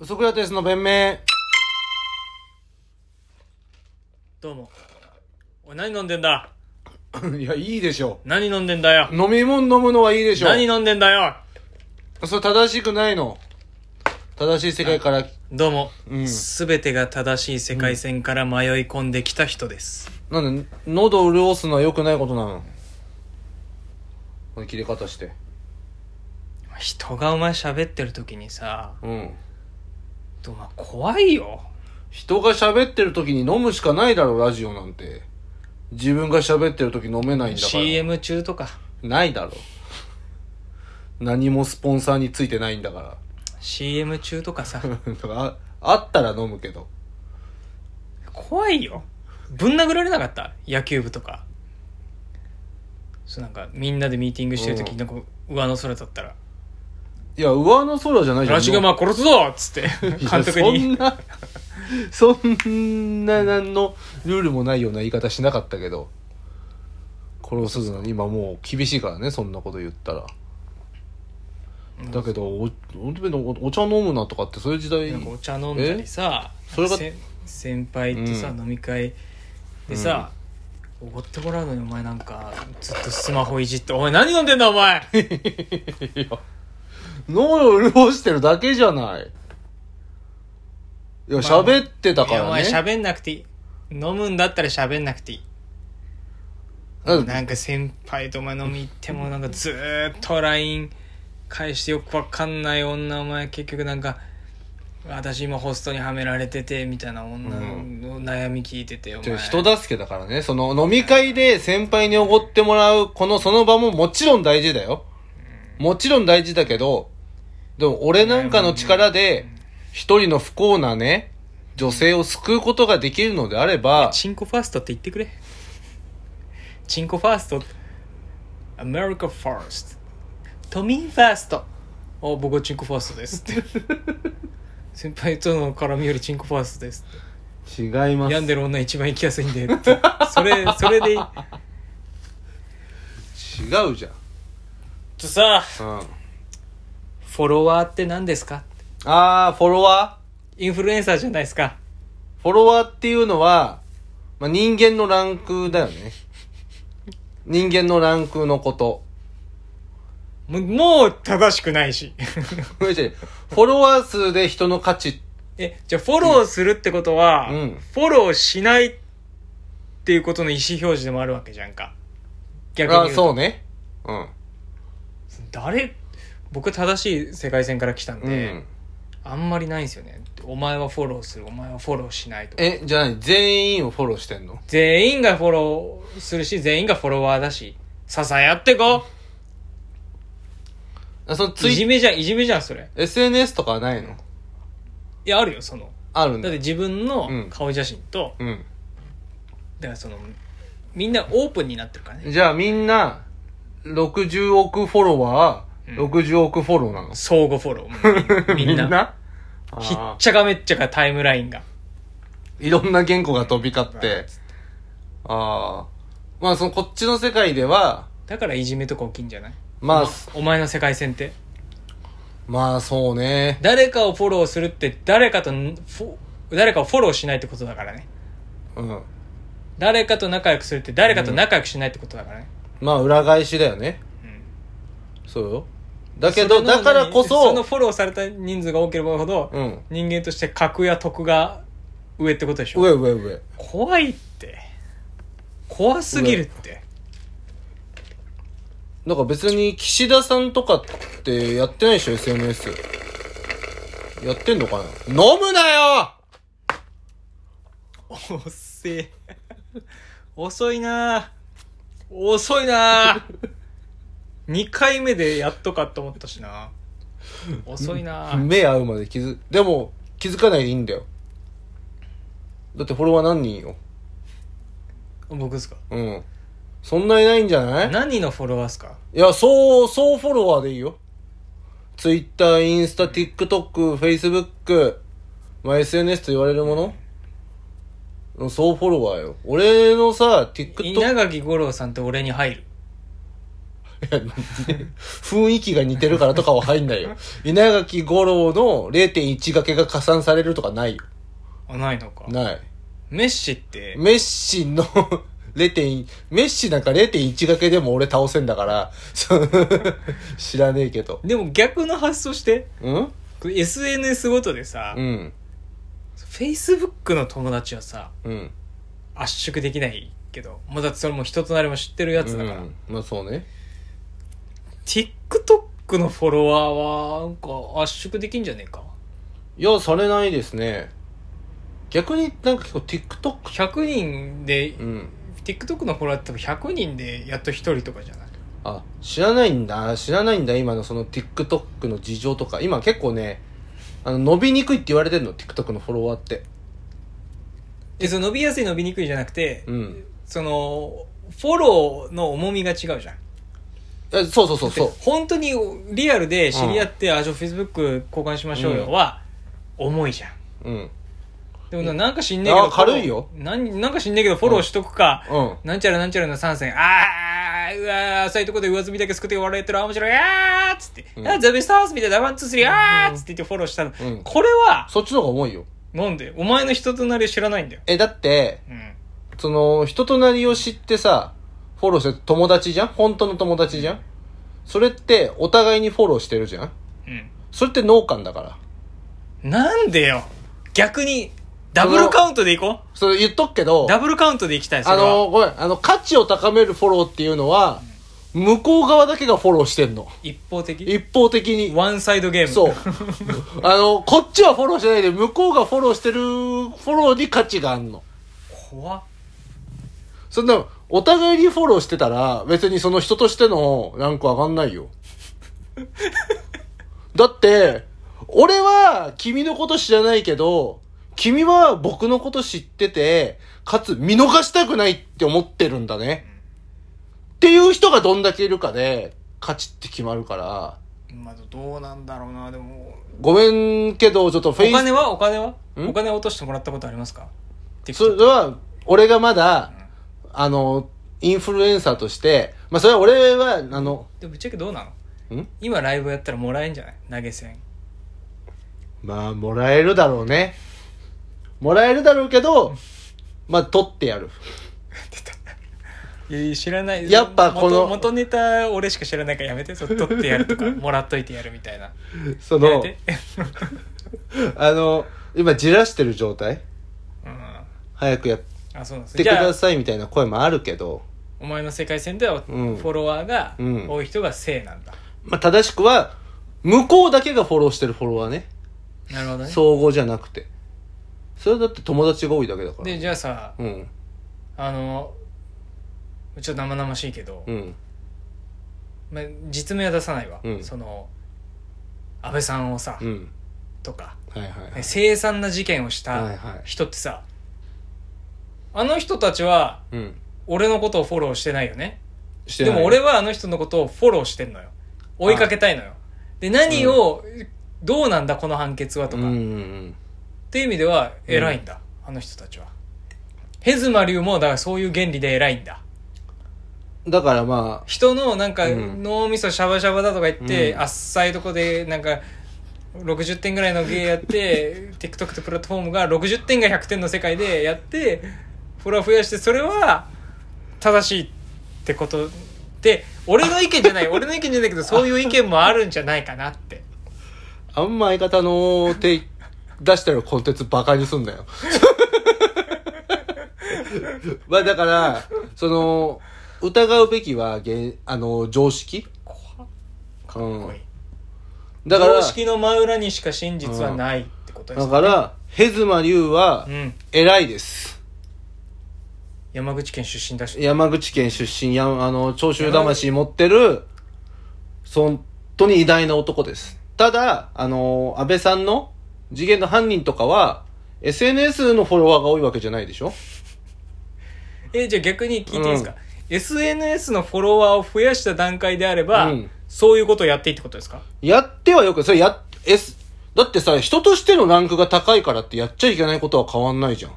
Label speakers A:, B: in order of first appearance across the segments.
A: ウソクラテスの弁明
B: どうも。おい、何飲んでんだ
A: いや、いいでしょ
B: 何飲んでんだよ
A: う。飲み物飲むのはいいでしょ
B: 何飲んでんだよ
A: う。それ正しくないの。正しい世界から、
B: どうも
A: う。ん
B: すべ、てが正しい世界線から迷い込んできた人です。
A: なんで、喉を潤すのは良くないことなの。これ切れ方して。
B: 人がお前喋ってる時にさ、
A: うん。
B: どうも怖いよ。
A: 人が喋ってる時に飲むしかないだろう、ラジオなんて。自分が喋ってる時飲めないんだから。
B: CM 中とか、
A: ないだろう。何もスポンサーについてないんだから。
B: CM 中とかさ、
A: だから あ、あったら飲むけど。
B: 怖いよ。ぶん殴られなかった野球部とか。そうなんか、みんなでミーティングしてる
A: う
B: 時
A: ん
B: に、なんか、上の空だったら、
A: いや、上の空じゃないじゃん。
B: 嵐がまあ殺すぞっつって、 監督に。
A: いやそんなそんな何のルールもないような言い方しなかったけど殺すのに今もう厳しいからねそんなこと言ったらだけどおおお茶飲むなとかってそういう時代
B: なん かお茶飲んだりさ
A: えそれが
B: せん先輩とさ、
A: うん
B: 飲み会でさおご、ってもらうのにお前なんかずっとスマホいじって「お前何飲んでんだお前
A: 脳を潤してるだけじゃないいや
B: まあ
A: 喋ってた
B: い
A: か
B: やお
A: ら
B: 前
A: ね
B: 喋んなくていい飲むんだったら喋んなくていい」
A: うん
B: なんか先輩とお前飲み行ってもなんかずーっと LINE 返してよくわかんない女お前結局なんか私今ホストにはめられててみたいな女の悩み聞いてて、お
A: ち
B: 前
A: ょ人助けだからねその飲み会で先輩におごってもらうこのその場ももちろん大事だよもちろん大事だけどでも俺なんかの力で一人の不幸なね女性を救うことができるのであれば
B: チンコファーストって言ってくれ。チンコファースト。アメリカファースト。都民ファースト。あ、僕はチンコファーストですって。先輩との絡みよりチンコファーストですって。
A: 違いま
B: 病んでる女一番行きやすいんでって。それ、それでいい。
A: 違うじ
B: とさ、
A: ゃん、うん、
B: フォロワーって何ですか
A: あーフォロワ
B: インフルエンサーじゃないですか。
A: ーフォロワーっていうのは、まあ、人間のランクだよね人間のランクのこと
B: もうもう正しくないし。
A: ごめんなさいフォロワー数で人の価値って
B: え、じゃあフォローするってことは、
A: うん
B: フォローしないっていうことの意思表示でもあるわけじゃんか。逆に
A: あ
B: 言うと
A: そうねうん、
B: 誰、僕正しい世界線から来たん
A: う
B: で、
A: ん、
B: あんまりないんですよね。お前はフォローする、お前はフォローしないとか。
A: えじゃあ何全員をフォローしてんの
B: 全員がフォローするし、全員がフォロワーだし、支え合ってこ
A: あその
B: う
A: ツ
B: いじ
A: イ
B: めじゃん、いじめじゃん、それ。
A: SNS とかはないの
B: いや、あるよ、その。
A: あるん
B: だ
A: だ
B: って自分
A: うん
B: の顔写真と、
A: うん
B: だからその、みんなオープンになってるからね。
A: じゃあみんな60億フォロワー、
B: うん
A: 60億フォローなの
B: 相互フォロ ー。みんな。
A: あー
B: ひっちゃかめっちゃかタイムラインが。
A: いろんな言語が飛び交って
B: つって
A: ああまあそのこっちの世界では
B: だからいじめとか起きんじゃない
A: まあ、
B: お前の世界線って。
A: まあそうね
B: 誰かをフォローするって誰かとんフォ、誰かをフォローしないってことだからね。
A: うん
B: 誰かと仲良くするって誰かと仲良くしないってことだからね。
A: まあ裏返しだよね
B: うん
A: そうよだけど
B: それの
A: だからこそ
B: そのフォローされた人数が多ければ多いほど、
A: うん
B: 人間として格や徳が上ってことでしょ
A: 上上上
B: 怖いって怖すぎるって
A: なんか別に岸田さんとかってやってないでしょ SNS やってんのかな飲むなよ
B: おっせえ遅いなぁ遅いな2回目でやっとかと思ったしな遅いなぁ
A: 目合うまで気づでも気づかないでいいんだよだってフォロワー何人よ
B: 僕ですか
A: うんそんないないんじゃない
B: 何のフォロワーですか
A: いやそうそうフォロワーでいいよ Twitter インスタ TikTok Facebook まあ SNS と言われるものそうフォロワーよ俺のさ TikTok
B: 稲垣吾郎さんって俺に入る
A: いや 雰囲気が似てるからとかは入ん ないよ。稲垣吾郎の0.1掛けが加算されるとかないよ。
B: あないのか
A: ない。
B: メッシって
A: メッシの 0.1、メッシなんか0.1掛けでも俺倒せんだから、 そう知らねえけど。
B: でも逆の発想して
A: うん
B: これ SNS ごとでさ、
A: うん。
B: Facebook の友達はさ
A: うん。
B: 圧縮できないけどもうだってそれも人となりも知ってるやつだから、
A: うん。まあそうね。
B: TikTok のフォロワーはなんか圧縮できんじゃねえか
A: いや、されないですね。逆になんか結構 TikTok。
B: 100人で、
A: うん。
B: TikTok のフォロワーって多分100人でやっと1人とかじゃない
A: あ、知らないんだ。知らないんだ。今のその TikTok の事情とか。今結構ね、あの、伸びにくいって言われてんの。TikTok のフォロワーって。
B: えその伸びやすい伸びにくいじゃなくて、
A: うん。
B: そのフォローの重みが違うじゃん
A: えそうそうそうそう
B: で。本当にリアルで知り合って、あじゃあ Facebook 交換しましょう
A: うん
B: よは、重いじゃん
A: うん。
B: でもななんか知んねえけど
A: あー軽いよ
B: なんなんか知んねえけどフォローしとくか、
A: うん。
B: なんちゃらなんちゃらの3選あーうわー浅いとこで上積みだけすくって笑えてるあー面白いあーっつって、
A: うん
B: あーザベスターズみたいなワンツースリーあーっつって言ってフォローしたの、
A: うん
B: これは
A: そっちの方が重いよ。
B: なんでお前の人となりを知らないんだよ
A: え、だって、
B: うん
A: その、人となりを知ってさ、フォローして友達じゃん本当の友達じゃんそれって、お互いにフォローしてるじゃん
B: う
A: それって脳幹だから。
B: んなんでよ逆にダブルカウントでいこ
A: それ言っとくけど
B: う、ダブルカウントでいきたいそ
A: あ
B: れは
A: の、ごめん、あの、価値を高めるフォローっていうのは、向こう側だけがフォローしてんの。
B: 一方的
A: 一方的に。
B: ワンサイドゲーム
A: そう。あの、こっちはフォローしてないで、向こうがフォローしてる、フォローに価値があんの。
B: 怖っ
A: そんな、お互いにフォローしてたら、別にその人としてのランク上がんないよ。だって、俺は君のこと知らないけど、君は僕のこと知ってて、かつ見逃したくないって思ってるんだね。っていう人がどんだけいるかで、価値って決まるから、
B: まあどうなんだろうなでも
A: ごめんけど、ちょっとフ
B: お
A: ェイス
B: 金はお金は
A: ん
B: お金落としてもらったことありますか
A: そ
B: TikTok
A: れは、俺がまだ、あの、インフルエンサーとして、まあ、それは俺は、あの、
B: でもぶっちゃけどうなの
A: ん
B: 今ライブやったらもらえんじゃない投げ銭
A: まあ、もらえるだろうね。もらえるだろうけど、まあ、取ってやる。
B: いやいや知らない
A: やっぱこの
B: 元元ネタ俺しか知らないからやめてそれ取ってやると かもらっといてやるみたいな
A: そ
B: やめ
A: の、
B: て
A: あの、今、じらしてる状態
B: うん
A: 早くやっ
B: あそうなんです
A: てく
B: じゃ
A: だ
B: あ
A: さいみたいな声もあるけど、
B: お前の世界線ではフ
A: うん
B: ォロワーが
A: うん
B: 多い人が正なんだ
A: まあ、正しくは、向こうだけがフォローしてるフォロワーね。
B: なるほどね
A: 総合じゃなくて。それだって友達が多いだけだから。
B: でじゃあさ
A: うん。
B: あのちょっと生々しいけど
A: うん。
B: まあ、実名は出さないわ、
A: うん
B: その安倍さんをさ、
A: うん。
B: とか、
A: はいはいはい
B: ね。凄惨な事件をし
A: は
B: た
A: いはい
B: 人ってさ、あの人たちは
A: うん。
B: 俺のことをフォローしてないよね
A: して
B: で
A: ない
B: も俺はあの人のことをフォローしてんのよ追いかけたいのよで何を、どうなんだこの判決はと
A: う
B: か、
A: んうんう
B: っ
A: ん
B: ていう意味では偉いんだ、あの人たちはヘズマリュウもだからそういう原理で偉いんだ
A: だからまあ
B: 人のなんか
A: うん
B: 脳みそシャバシャバだとか言って、
A: うん
B: あっさいとこでなんか60点ぐらいの芸やって TikTok とプラットフォームが60点が100点の世界でやってフォロワー増やしてそれは正しいってことで俺の意見じ ゃない俺の意見じゃないけどそういう意見もあるんじゃないかなって
A: あんま相方の手出してるコンテンツバカにすんなよ まあだからその疑うべきはげあの常識
B: かっこいい、
A: だから
B: 常識の真裏にしか真実はないってことです
A: だ
B: ね
A: からヘズマリュウは
B: うん
A: 偉いです
B: 山口県出身だし
A: 山口県出身やあの長州魂持ってる本当に偉大な男ですただあの安倍さんの次元の犯人とかは SNS のフォロワーが多いわけじゃないでしょ
B: えじゃあ逆に聞いていいですか、SNS のフォロワーを増やした段階であれば、
A: うん
B: そういうことをやっていいってことですか
A: やってはよくそれや、S、だってさ人としてのランクが高いからってやっちゃいけないことは変わんないじゃん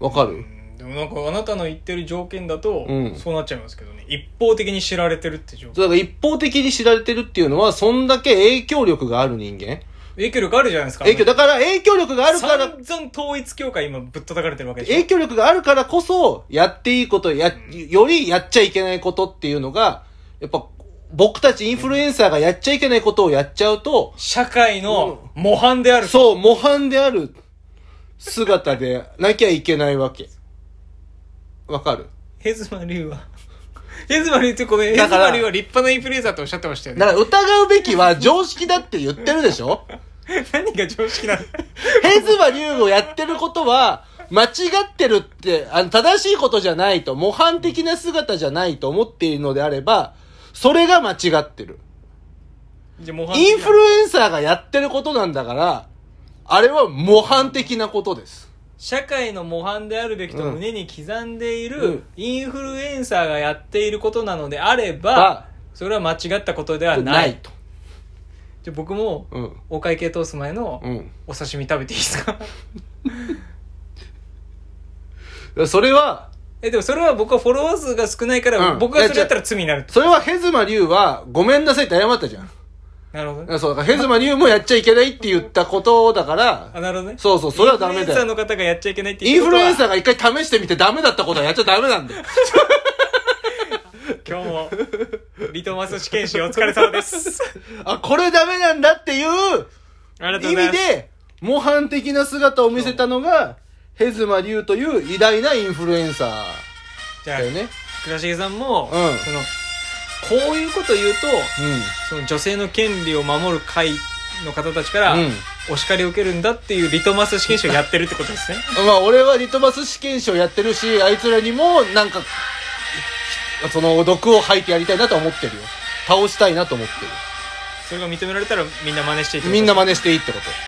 A: わかる
B: うんでももなんかあなたの言ってる条件だと、
A: うん
B: そうなっちゃいますけどね一方的に知られてるって条件
A: そうだから一方的に知られてるっていうのは、そんだけ影響力がある人間。
B: 影響力あるじゃないですか
A: 影響、だから影響力があるから、
B: 散々統一教会今ぶっ叩かれてるわけでしょ
A: 影響力があるからこそ、やっていいこと、や、よりやっちゃいけないことっていうのが、やっぱ、僕たちインフルエンサーがやっちゃいけないことをやっちゃうと、
B: 社会の模範である、
A: そう、模範である姿でなきゃいけないわけ。わかる
B: ヘズマリュウは ヘズマリュウってこのヘズ
A: だから
B: マリュウは立派なインフルエンサーとおっしゃってましたよ
A: だ
B: ね
A: から疑うべきは常識だって言ってるでしょ
B: 何が常識な の
A: ヘズマリュウをやってることは、間違ってるって、あの、正しいことじゃないと、模範的な姿じゃないと思っているのであれば、それが間違ってる。
B: じゃあ模範的な
A: インフルエンサーがやってることなんだから、あれは模範的なことです。
B: 社会の模範であるべきと胸に刻んでいる、
A: うん
B: インフルエンサーがやっていることなのであれ
A: ば
B: ばそれは間違ったことではない
A: と。
B: じゃあ僕も、
A: うん。
B: お会計通す前の、
A: うん。
B: お刺身食べていいですか
A: それは、
B: えでもそれは僕はフォロワー数が少ないから、
A: うん
B: 僕がそれやったら罪になると
A: それはヘズマリュウは、ごめんなさいって謝ったじゃん。
B: なるほどね
A: あそう、だからヘズマリュウもやっちゃいけないって言ったことだから、
B: あなるほどね
A: そうそう、それはダ
B: イ
A: メ
B: ンフル
A: だ
B: エンサー
A: よ。
B: の方がやっちゃいけないって
A: インフルエンサ
B: ー
A: ーが一回試してみてダメだったことはやっちゃダメなんだ よ。
B: 今日もリトマス試験紙お疲れ様です
A: あ、これダメなんだっていう
B: ありがとう
A: 意
B: ござい
A: 味
B: ます
A: で、模範的な姿を見せたのが、ヘズマリュウという偉大なインフルエンサー
B: じゃあ
A: だよね。
B: 倉重さんも、
A: うん
B: そのこういうこと言うと
A: うん。
B: その女性の権利を守る会の方たちから、
A: うん
B: お叱りを受けるんだっていうリトマス試験紙をやってるってことですね
A: まあ俺はリトマス試験紙をやってるし、あいつらにもなんか、その毒を吐いてやりたいなと思ってるよ。倒したいなと思って
B: それが認められたらみんな真似していい
A: る。
B: ってこと
A: みんな真似していいってこと。